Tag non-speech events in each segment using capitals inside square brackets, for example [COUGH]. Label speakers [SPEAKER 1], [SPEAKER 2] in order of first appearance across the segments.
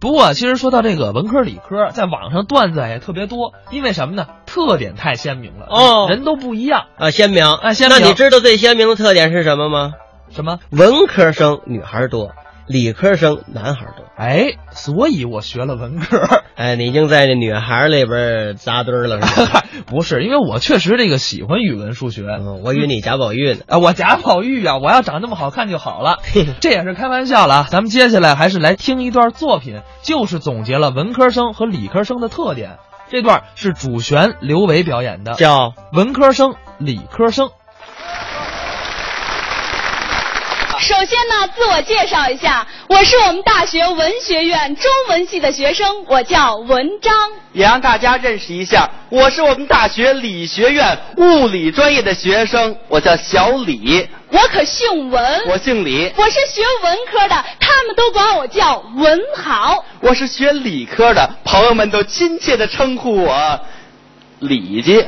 [SPEAKER 1] 不过其实说到这个文科理科，在网上段子也特别多，因为什么呢？特点太鲜明了，
[SPEAKER 2] 哦
[SPEAKER 1] 人都不一样。
[SPEAKER 2] 啊，鲜明
[SPEAKER 1] 啊鲜
[SPEAKER 2] 那
[SPEAKER 1] 明
[SPEAKER 2] 你知道最鲜明的特点是什么吗？
[SPEAKER 1] 什么？
[SPEAKER 2] 文科生女孩多，理科生男孩多。
[SPEAKER 1] 哎，所以我学了文科， [LAUGHS]
[SPEAKER 2] 哎，你已经在这女孩里边扎堆儿了，是吧？
[SPEAKER 1] 不是因为我确实这个喜欢语文、数学。
[SPEAKER 2] 嗯，我与你贾宝玉呢。
[SPEAKER 1] 啊，我贾宝玉啊，我要长那么好看就好
[SPEAKER 2] [LAUGHS]
[SPEAKER 1] 了，这也是开玩笑了啊。咱们接下来还是来听一段作品，就是总结了文科生和理科生的特点。这段是主旋刘维表演的，
[SPEAKER 2] 叫
[SPEAKER 1] 文科生、理科生。
[SPEAKER 3] 首先呢，自我介绍一下，我是我们大学文学院中文系的学生，我叫文章。
[SPEAKER 4] 也让大家认识一下，我是我们大学理学院物理专业的学生，我叫小李，
[SPEAKER 3] 我可姓文，
[SPEAKER 4] 我姓李，
[SPEAKER 3] 我是学文科的，他们都管我叫文豪。
[SPEAKER 4] 我是学理科的，朋友们都亲切的称呼我李姐。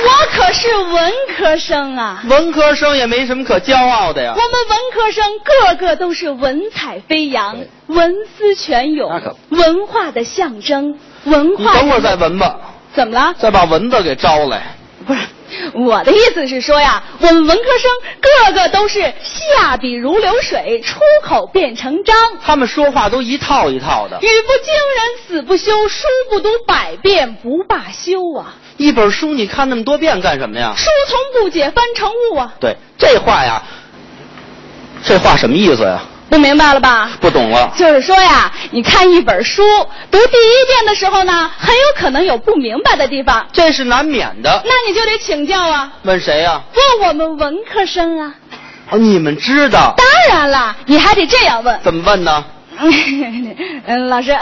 [SPEAKER 3] 我可是文科生啊！
[SPEAKER 4] 文科生也没什么可骄傲的呀
[SPEAKER 3] 我，们文科生个个都是文采飞扬
[SPEAKER 4] 对、
[SPEAKER 3] 文思泉
[SPEAKER 4] 那
[SPEAKER 3] 涌
[SPEAKER 4] 可，
[SPEAKER 3] 文化的象征，文
[SPEAKER 4] 你
[SPEAKER 3] 化。
[SPEAKER 4] 等会儿再闻吧，
[SPEAKER 3] 怎么了？
[SPEAKER 4] 再把蚊子给招来。
[SPEAKER 3] 不是，我的意思是说呀，我们文科生个个都是下笔如流水，出口变成章，
[SPEAKER 4] 他们说话都一套一套的
[SPEAKER 3] 语，不惊人死不休，书不读百遍不罢休啊，
[SPEAKER 4] 一本书你看那么多遍干什么呀？
[SPEAKER 3] 书从不解翻成物啊，
[SPEAKER 4] 对，这话呀，这话什么意思呀？
[SPEAKER 3] 不明白了吧？
[SPEAKER 4] 不懂了。
[SPEAKER 3] 就是说呀，你看一本书，读第一遍的时候呢，很有可能有不明白的地方，
[SPEAKER 4] 这是难免的。
[SPEAKER 3] 那你就得请教啊，
[SPEAKER 4] 问谁呀、
[SPEAKER 3] 问我们文科生啊。
[SPEAKER 4] 哦，你们知道？
[SPEAKER 3] 当然啦，你还得这样问。
[SPEAKER 4] 怎么问呢？
[SPEAKER 3] [LAUGHS] 嗯，老师，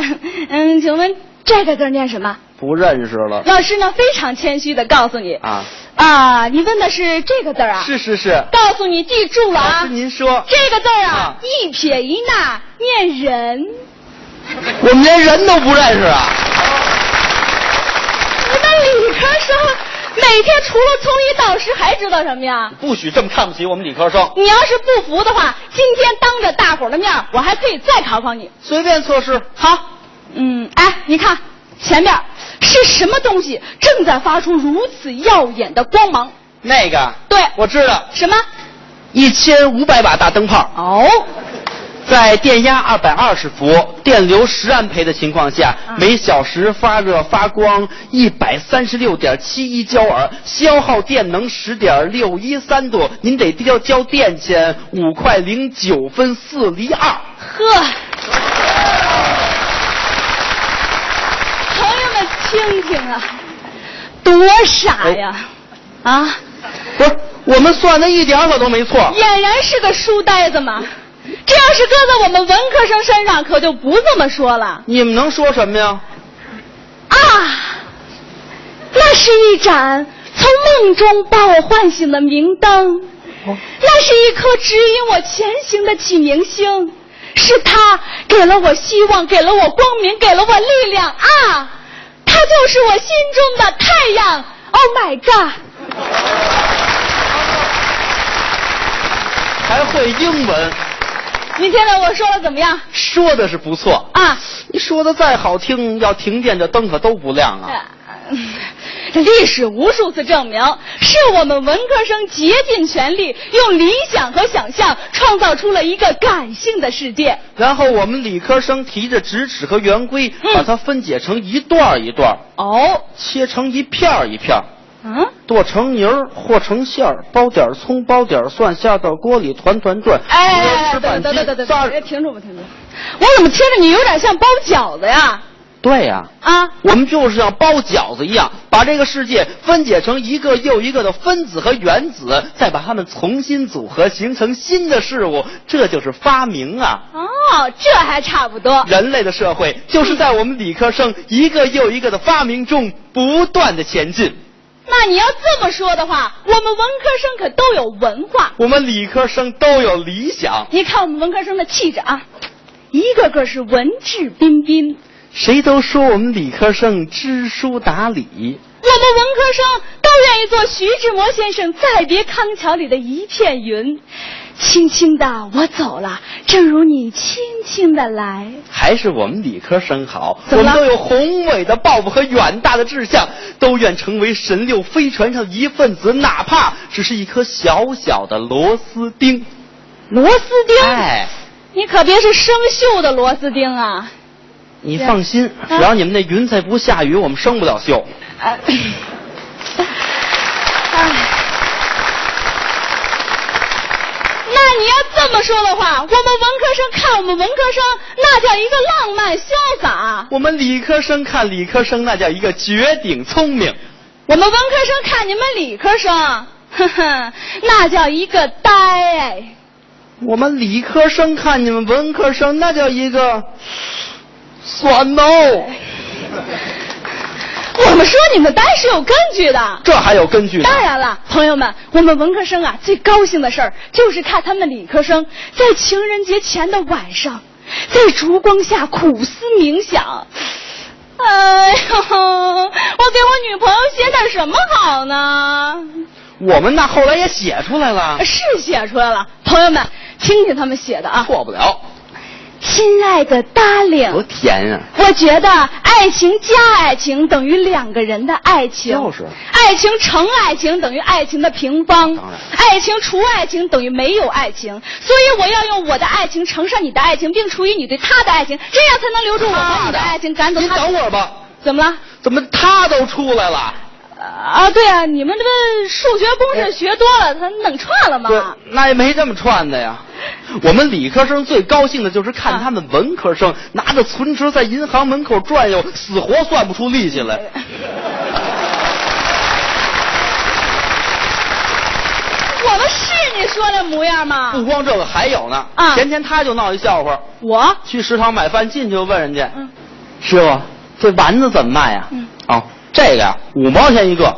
[SPEAKER 3] 嗯，请问这个字儿念什么？
[SPEAKER 4] 不认识了
[SPEAKER 3] 老师呢，非常谦虚的告诉你
[SPEAKER 4] 啊？
[SPEAKER 3] 啊，你问的是这个字儿啊？
[SPEAKER 4] 是，是是，
[SPEAKER 3] 告诉你记住了
[SPEAKER 4] 老
[SPEAKER 3] 啊
[SPEAKER 4] 师，您说，
[SPEAKER 3] 这个字儿啊
[SPEAKER 4] 啊，
[SPEAKER 3] 一撇一捺念人。
[SPEAKER 4] 我们连人都不认识啊？
[SPEAKER 3] 你们理科生每天除了从一到十，还知道什么呀？
[SPEAKER 4] 不许这么看不起我们理科生！
[SPEAKER 3] 你要是不服的话，今天当着大伙儿的面儿，我还可以再考考你。
[SPEAKER 4] 随便测试，好，
[SPEAKER 3] 嗯，哎，你看前面是什么东西正在发出如此耀眼的光芒？
[SPEAKER 4] 那个
[SPEAKER 3] 对，
[SPEAKER 4] 我知道，
[SPEAKER 3] 什么？
[SPEAKER 4] 一千五百瓦大灯泡，
[SPEAKER 3] 哦，
[SPEAKER 4] 在电压二百二十伏、电流十安培的情况下
[SPEAKER 3] 啊，
[SPEAKER 4] 每小时发热发光一百三十六点七一焦耳，消耗电能十点六一三度，您得交交电钱五块零九分四厘二。
[SPEAKER 3] 呵，朋友们听听啊，多傻呀！啊，
[SPEAKER 4] 不是，我们算的一点儿可都没错。
[SPEAKER 3] 俨然是个书呆子嘛。这要是搁在我们文科生身上，可就不这么说了
[SPEAKER 4] 你们能说什么呀？
[SPEAKER 3] 啊。那是一盏从梦中把我唤醒的明灯。那是一颗指引我前行的启明星，是它给了我希望，给了我光明，给了我力量啊！它就是我心中的太阳。Oh my god！
[SPEAKER 4] 还会英文，
[SPEAKER 3] 你听听我说的怎么样
[SPEAKER 4] 说的是不错。
[SPEAKER 3] 啊？
[SPEAKER 4] 你说的再好听，要停电这灯可都不亮啊。
[SPEAKER 3] 嗯 [LAUGHS] 历史无数次证明，是我们文科生竭尽全力，用理想和想象创造出了一个感性的世界。
[SPEAKER 4] 然后我们理科生提着直尺和圆规，
[SPEAKER 3] 嗯
[SPEAKER 4] 把它分解成一段儿一段儿，
[SPEAKER 3] 哦，
[SPEAKER 4] 切成一片儿一片儿，
[SPEAKER 3] 嗯，
[SPEAKER 4] 剁成泥儿，和成馅儿，包点儿葱，包点儿蒜，下到锅里团团转。
[SPEAKER 3] 哎，
[SPEAKER 4] 吃
[SPEAKER 3] 等
[SPEAKER 4] 饭
[SPEAKER 3] 等等等
[SPEAKER 4] 机
[SPEAKER 3] 等，
[SPEAKER 4] 仨
[SPEAKER 3] 哎，
[SPEAKER 4] 儿。
[SPEAKER 3] 停住吧，停住！我怎么听着你有点像包饺子呀？
[SPEAKER 4] 对呀、
[SPEAKER 3] 啊，
[SPEAKER 4] 我们就是像包饺子一样，把这个世界分解成一个又一个的分子和原子，再把它们重新组合，形成新的事物，这就是发明啊！
[SPEAKER 3] 哦，这还差不多。
[SPEAKER 4] 人类的社会就是在我们理科生一个又一个的发明中不断的前进。
[SPEAKER 3] 那你要这么说的话，我们文科生可都有文化。
[SPEAKER 4] 我们理科生都有理想，
[SPEAKER 3] 你看我们文科生的气质啊，一个个是文质彬彬。
[SPEAKER 4] 谁都说我们理科生知书达理。
[SPEAKER 3] 我们文科生都愿意做徐志摩先生《再别康桥》里的一片云，轻轻的我走了，正如你轻轻的来。
[SPEAKER 4] 还是我们理科生好，
[SPEAKER 3] 怎
[SPEAKER 4] 我
[SPEAKER 3] 么
[SPEAKER 4] 们
[SPEAKER 3] 了
[SPEAKER 4] 都有宏伟的抱负和远大的志向，都愿成为神六飞船上一份子，哪怕只是一颗小小的螺丝钉。
[SPEAKER 3] 螺丝钉，
[SPEAKER 4] 哎，
[SPEAKER 3] 你可别是生锈的螺丝钉啊！
[SPEAKER 4] 你
[SPEAKER 3] 对
[SPEAKER 4] 放心，
[SPEAKER 3] 啊
[SPEAKER 4] 只要你们那云彩不下雨，我们生不了锈。
[SPEAKER 3] [LAUGHS] 哎，哎那你要这么说的话，我们文科生看我们文科生，那叫一个浪漫潇洒；
[SPEAKER 4] 我们理科生看理科生，那叫一个绝顶聪明。
[SPEAKER 3] 我们文科生看你们理科生， [LAUGHS] 呵呵，那叫一个呆哎。
[SPEAKER 4] 我们理科生看你们文科生，那叫一个酸哦。
[SPEAKER 3] 我们说你们呆是有根据的。
[SPEAKER 4] 这还有根据呢？
[SPEAKER 3] 当然了，朋友们，我们文科生啊，最高兴的事儿就是看他们理科生在情人节前的晚上，在烛光下苦思冥想。哎呦，我给我女朋友写点什么好呢？
[SPEAKER 4] 我们那后来也写出来了，
[SPEAKER 3] 是写出来了，朋友们，听听他们写的啊。
[SPEAKER 4] 错不了，
[SPEAKER 3] 亲爱的 darling，
[SPEAKER 4] 多甜啊！
[SPEAKER 3] 我觉得爱情加爱情等于两个人的爱情，
[SPEAKER 4] 就是
[SPEAKER 3] 爱情乘爱情等于爱情的平方
[SPEAKER 4] 当然，
[SPEAKER 3] 爱情除爱情等于没有爱情，所以我要用我的爱情乘上你的爱情，并除以你对他的爱情，这样才能留住我把你的爱情，赶走
[SPEAKER 4] 您
[SPEAKER 3] 他。
[SPEAKER 4] 等会儿吧，
[SPEAKER 3] 怎么了？
[SPEAKER 4] 怎么他都出来了？
[SPEAKER 3] 啊，对啊，你们这个数学公式学多了，他弄串了
[SPEAKER 4] 对
[SPEAKER 3] 吗？，
[SPEAKER 4] 那也没这么串的呀。我们理科生最高兴的就是看
[SPEAKER 3] 啊
[SPEAKER 4] 他们文科生拿着存折在银行门口转悠，死活算不出利息来。
[SPEAKER 3] 我们是你说的模样吗？
[SPEAKER 4] 不光这个，还有呢。
[SPEAKER 3] 啊
[SPEAKER 4] 前天他就闹一笑话，
[SPEAKER 3] 我，
[SPEAKER 4] 去食堂买饭进去就问人家，
[SPEAKER 3] 嗯，
[SPEAKER 4] 师傅，这丸子怎么卖呀、
[SPEAKER 3] 嗯
[SPEAKER 4] 哦，这个呀，五毛钱一个。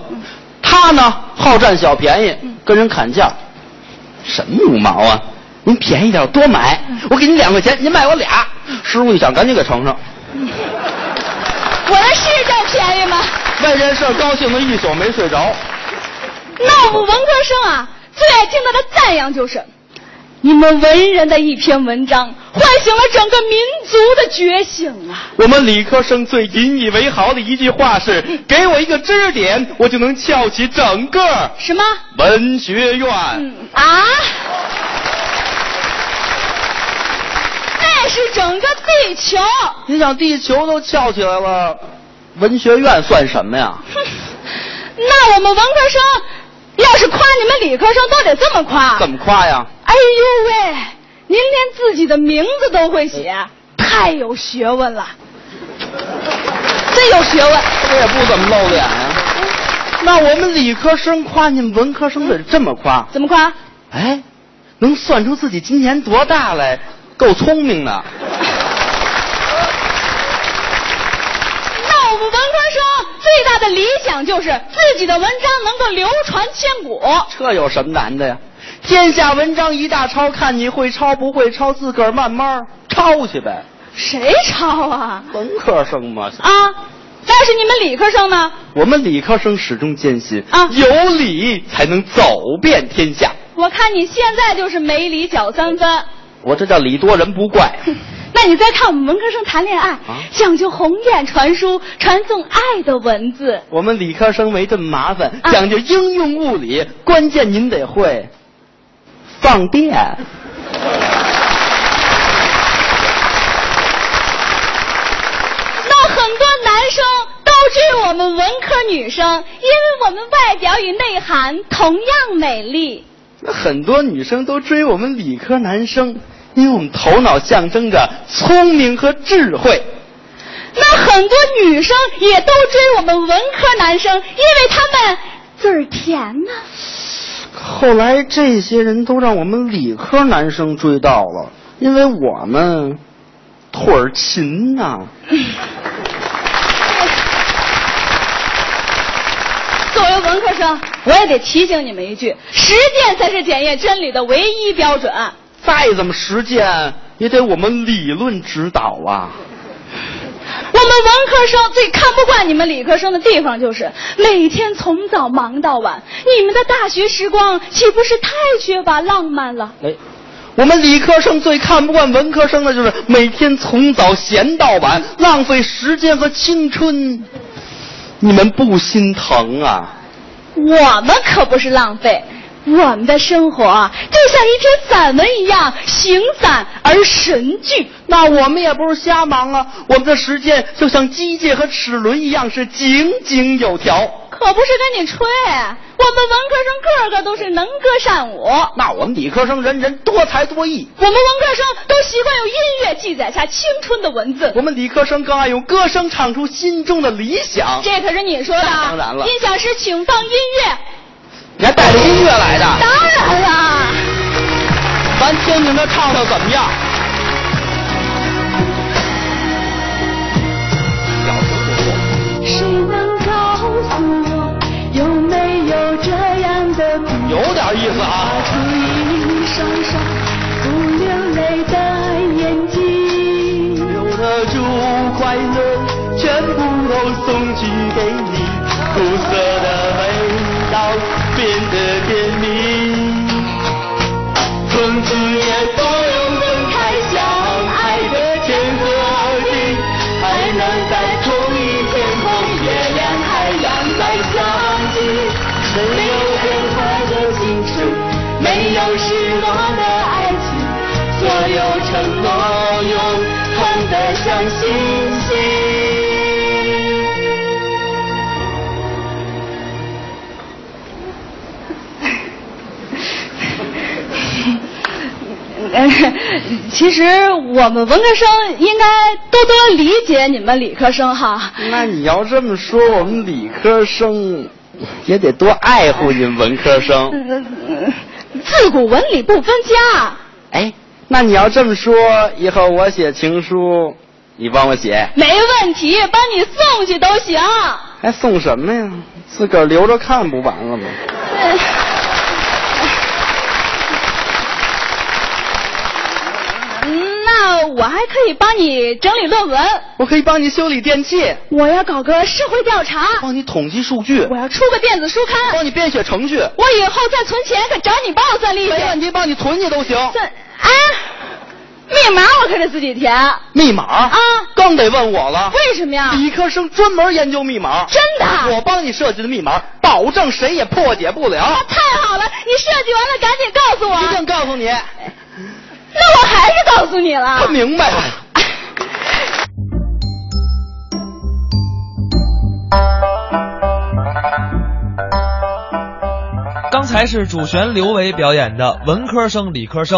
[SPEAKER 4] 他呢，好占小便宜
[SPEAKER 3] 嗯，
[SPEAKER 4] 跟人砍价。什么五毛啊？您便宜点，我多买。
[SPEAKER 3] 嗯
[SPEAKER 4] 我给您两块钱，您卖我俩。师傅一想，赶紧给盛上。
[SPEAKER 3] 我的是占便宜吗？
[SPEAKER 4] 为这事儿高兴的一宿没睡着。
[SPEAKER 3] 那我们文科生啊，最爱听到的赞扬就是，你们文人的一篇文章，唤醒了整个民族的觉醒啊！
[SPEAKER 4] 我们理科生最引以为豪的一句话是：
[SPEAKER 3] 嗯
[SPEAKER 4] 给我一个支点，我就能翘起整个
[SPEAKER 3] 什么？
[SPEAKER 4] 文学院。
[SPEAKER 3] 嗯啊？那是整个地球。
[SPEAKER 4] 你想，地球都翘起来了，文学院算什么呀？
[SPEAKER 3] 哼，那我们文科生要是夸你们理科生，都得这么夸。
[SPEAKER 4] 怎么夸呀？
[SPEAKER 3] 哎呦喂，您连自己的名字都会写，太有学问了，真有学问。
[SPEAKER 4] 这也不怎么露脸啊。那我们理科生夸你们文科生得这么夸，
[SPEAKER 3] 怎么夸？
[SPEAKER 4] 哎，能算出自己今年多大来，够聪明的。
[SPEAKER 3] 那我们文科生最大的理想就是自己的文章能够流传千古。
[SPEAKER 4] 这有什么难的呀？天下文章一大抄，看你会抄不会抄，自个儿慢慢抄去呗。
[SPEAKER 3] 谁抄啊？
[SPEAKER 4] 文科生嘛，
[SPEAKER 3] 啊！但是你们理科生呢？
[SPEAKER 4] 我们理科生始终坚信
[SPEAKER 3] 啊
[SPEAKER 4] 有理才能走遍天下。
[SPEAKER 3] 我看你现在就是没理搅三分。
[SPEAKER 4] 我这叫理多人不
[SPEAKER 3] [LAUGHS]
[SPEAKER 4] 怪。
[SPEAKER 3] 那你再看我们文科生谈恋爱，
[SPEAKER 4] 啊
[SPEAKER 3] 讲究鸿雁传书，传送爱的文字。
[SPEAKER 4] 我们理科生没这么麻烦，
[SPEAKER 3] 啊
[SPEAKER 4] 讲究应用物理，关键您得会放电。
[SPEAKER 3] 那很多男生都追我们文科女生，因为我们外表与内涵同样美丽。
[SPEAKER 4] 那很多女生都追我们理科男生，因为我们头脑象征着聪明和智慧。
[SPEAKER 3] [LAUGHS] 那很多女生也都追我们文科男生，因为他们嘴儿甜呢、
[SPEAKER 4] 后来这些人都让我们理科男生追到了，因为我们腿儿勤呐、
[SPEAKER 3] 作为文科生，我也得提醒你们一句：实践才是检验真理的唯一标准。
[SPEAKER 4] 再怎么实践，也得我们理论指导啊。
[SPEAKER 3] 我我们文科生最看不惯你们理科生的地方，就是每天从早忙到晚。你们的大学时光岂不是太缺乏浪漫了？
[SPEAKER 4] 哎，我们理科生最看不惯文科生的就是每天从早闲到晚，浪费时间和青春。你们不心疼啊？
[SPEAKER 3] 我们可不是浪费，我们的生活啊就像一篇散文一样形散而神聚。
[SPEAKER 4] 那我们也不是瞎忙啊，我们的时间就像机械和齿轮一样是井井有条。
[SPEAKER 3] 可不是跟你吹，我们文科生个个都是能歌善舞，我
[SPEAKER 4] 那我们理科生人人多才多艺，
[SPEAKER 3] 们文科生都习惯用音乐记载下青春的文字
[SPEAKER 4] 我。们理科生更爱用歌声唱出心中的理想。
[SPEAKER 3] 这可是你说的啊，
[SPEAKER 4] 当然了
[SPEAKER 3] 音响师请放音乐。
[SPEAKER 4] 你还带着音乐来的？
[SPEAKER 3] 当然啦，
[SPEAKER 4] 咱听听他唱的怎么样。小时候
[SPEAKER 3] 谁能告诉我有没有这样的故事？
[SPEAKER 4] 有点意思啊。
[SPEAKER 3] 出一双双不流泪的眼睛。
[SPEAKER 4] 用了祝快乐，全部都送去给你，苦涩的味道变得甜蜜，从此也不用分开相爱的天和地，还能在同一天空，月亮海洋来相聚，没有任何的青春，没有失落的爱情。所有承诺永恒的像星星。
[SPEAKER 3] 呃， [LAUGHS] 其实我们文科生应该多多理解你们理科生哈。
[SPEAKER 4] 那你要这么说，我们理科生也得多爱护你们文科生。
[SPEAKER 3] 嗯嗯自古文理不分家，
[SPEAKER 4] 哎，那你要这么说，以后我写情书，你帮我写，
[SPEAKER 3] 没问题，帮你送去都行。
[SPEAKER 4] 还哎送什么呀？自个儿留着看不完了吗？
[SPEAKER 3] 嗯嗯那我还可以帮你整理论文，
[SPEAKER 4] 我可以帮你修理电器，
[SPEAKER 3] 我要搞个社会调查，
[SPEAKER 4] 帮你统计数据
[SPEAKER 3] 我，要出个电子书刊，
[SPEAKER 4] 帮你编写程序，
[SPEAKER 3] 我以后再存钱可找你帮我算利息。
[SPEAKER 4] 没问题，帮你存去都行。
[SPEAKER 3] 算啊，密码我可得自己填，
[SPEAKER 4] 密码
[SPEAKER 3] 啊
[SPEAKER 4] 更得问我了。
[SPEAKER 3] 为什么呀？
[SPEAKER 4] 理科生专门研究密码，
[SPEAKER 3] 真的
[SPEAKER 4] 我帮你设计的密码，保证谁也破解不了
[SPEAKER 3] 啊，。太好了！你设计完了赶紧告诉
[SPEAKER 4] 一定
[SPEAKER 3] 我，
[SPEAKER 4] 告诉哦
[SPEAKER 3] 啊
[SPEAKER 4] 你，
[SPEAKER 3] 那我还是告诉你了
[SPEAKER 4] 他。明白了。
[SPEAKER 1] 刚才是主旋刘维表演的文科生、理科生。